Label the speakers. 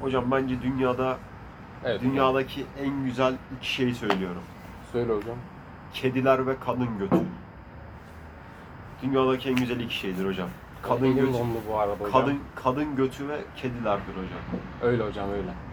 Speaker 1: Hocam bence dünyada
Speaker 2: Evet.
Speaker 1: dünyadaki en güzel iki şeyi söylüyorum.
Speaker 2: Söyle hocam.
Speaker 1: Kediler ve kadın götü. Dünyadaki en güzel iki şeydir hocam. Kadın
Speaker 2: Elim
Speaker 1: götü,
Speaker 2: dondu bu arada hocam.
Speaker 1: kadın kadın götü ve kedilerdir hocam.
Speaker 2: Öyle hocam öyle.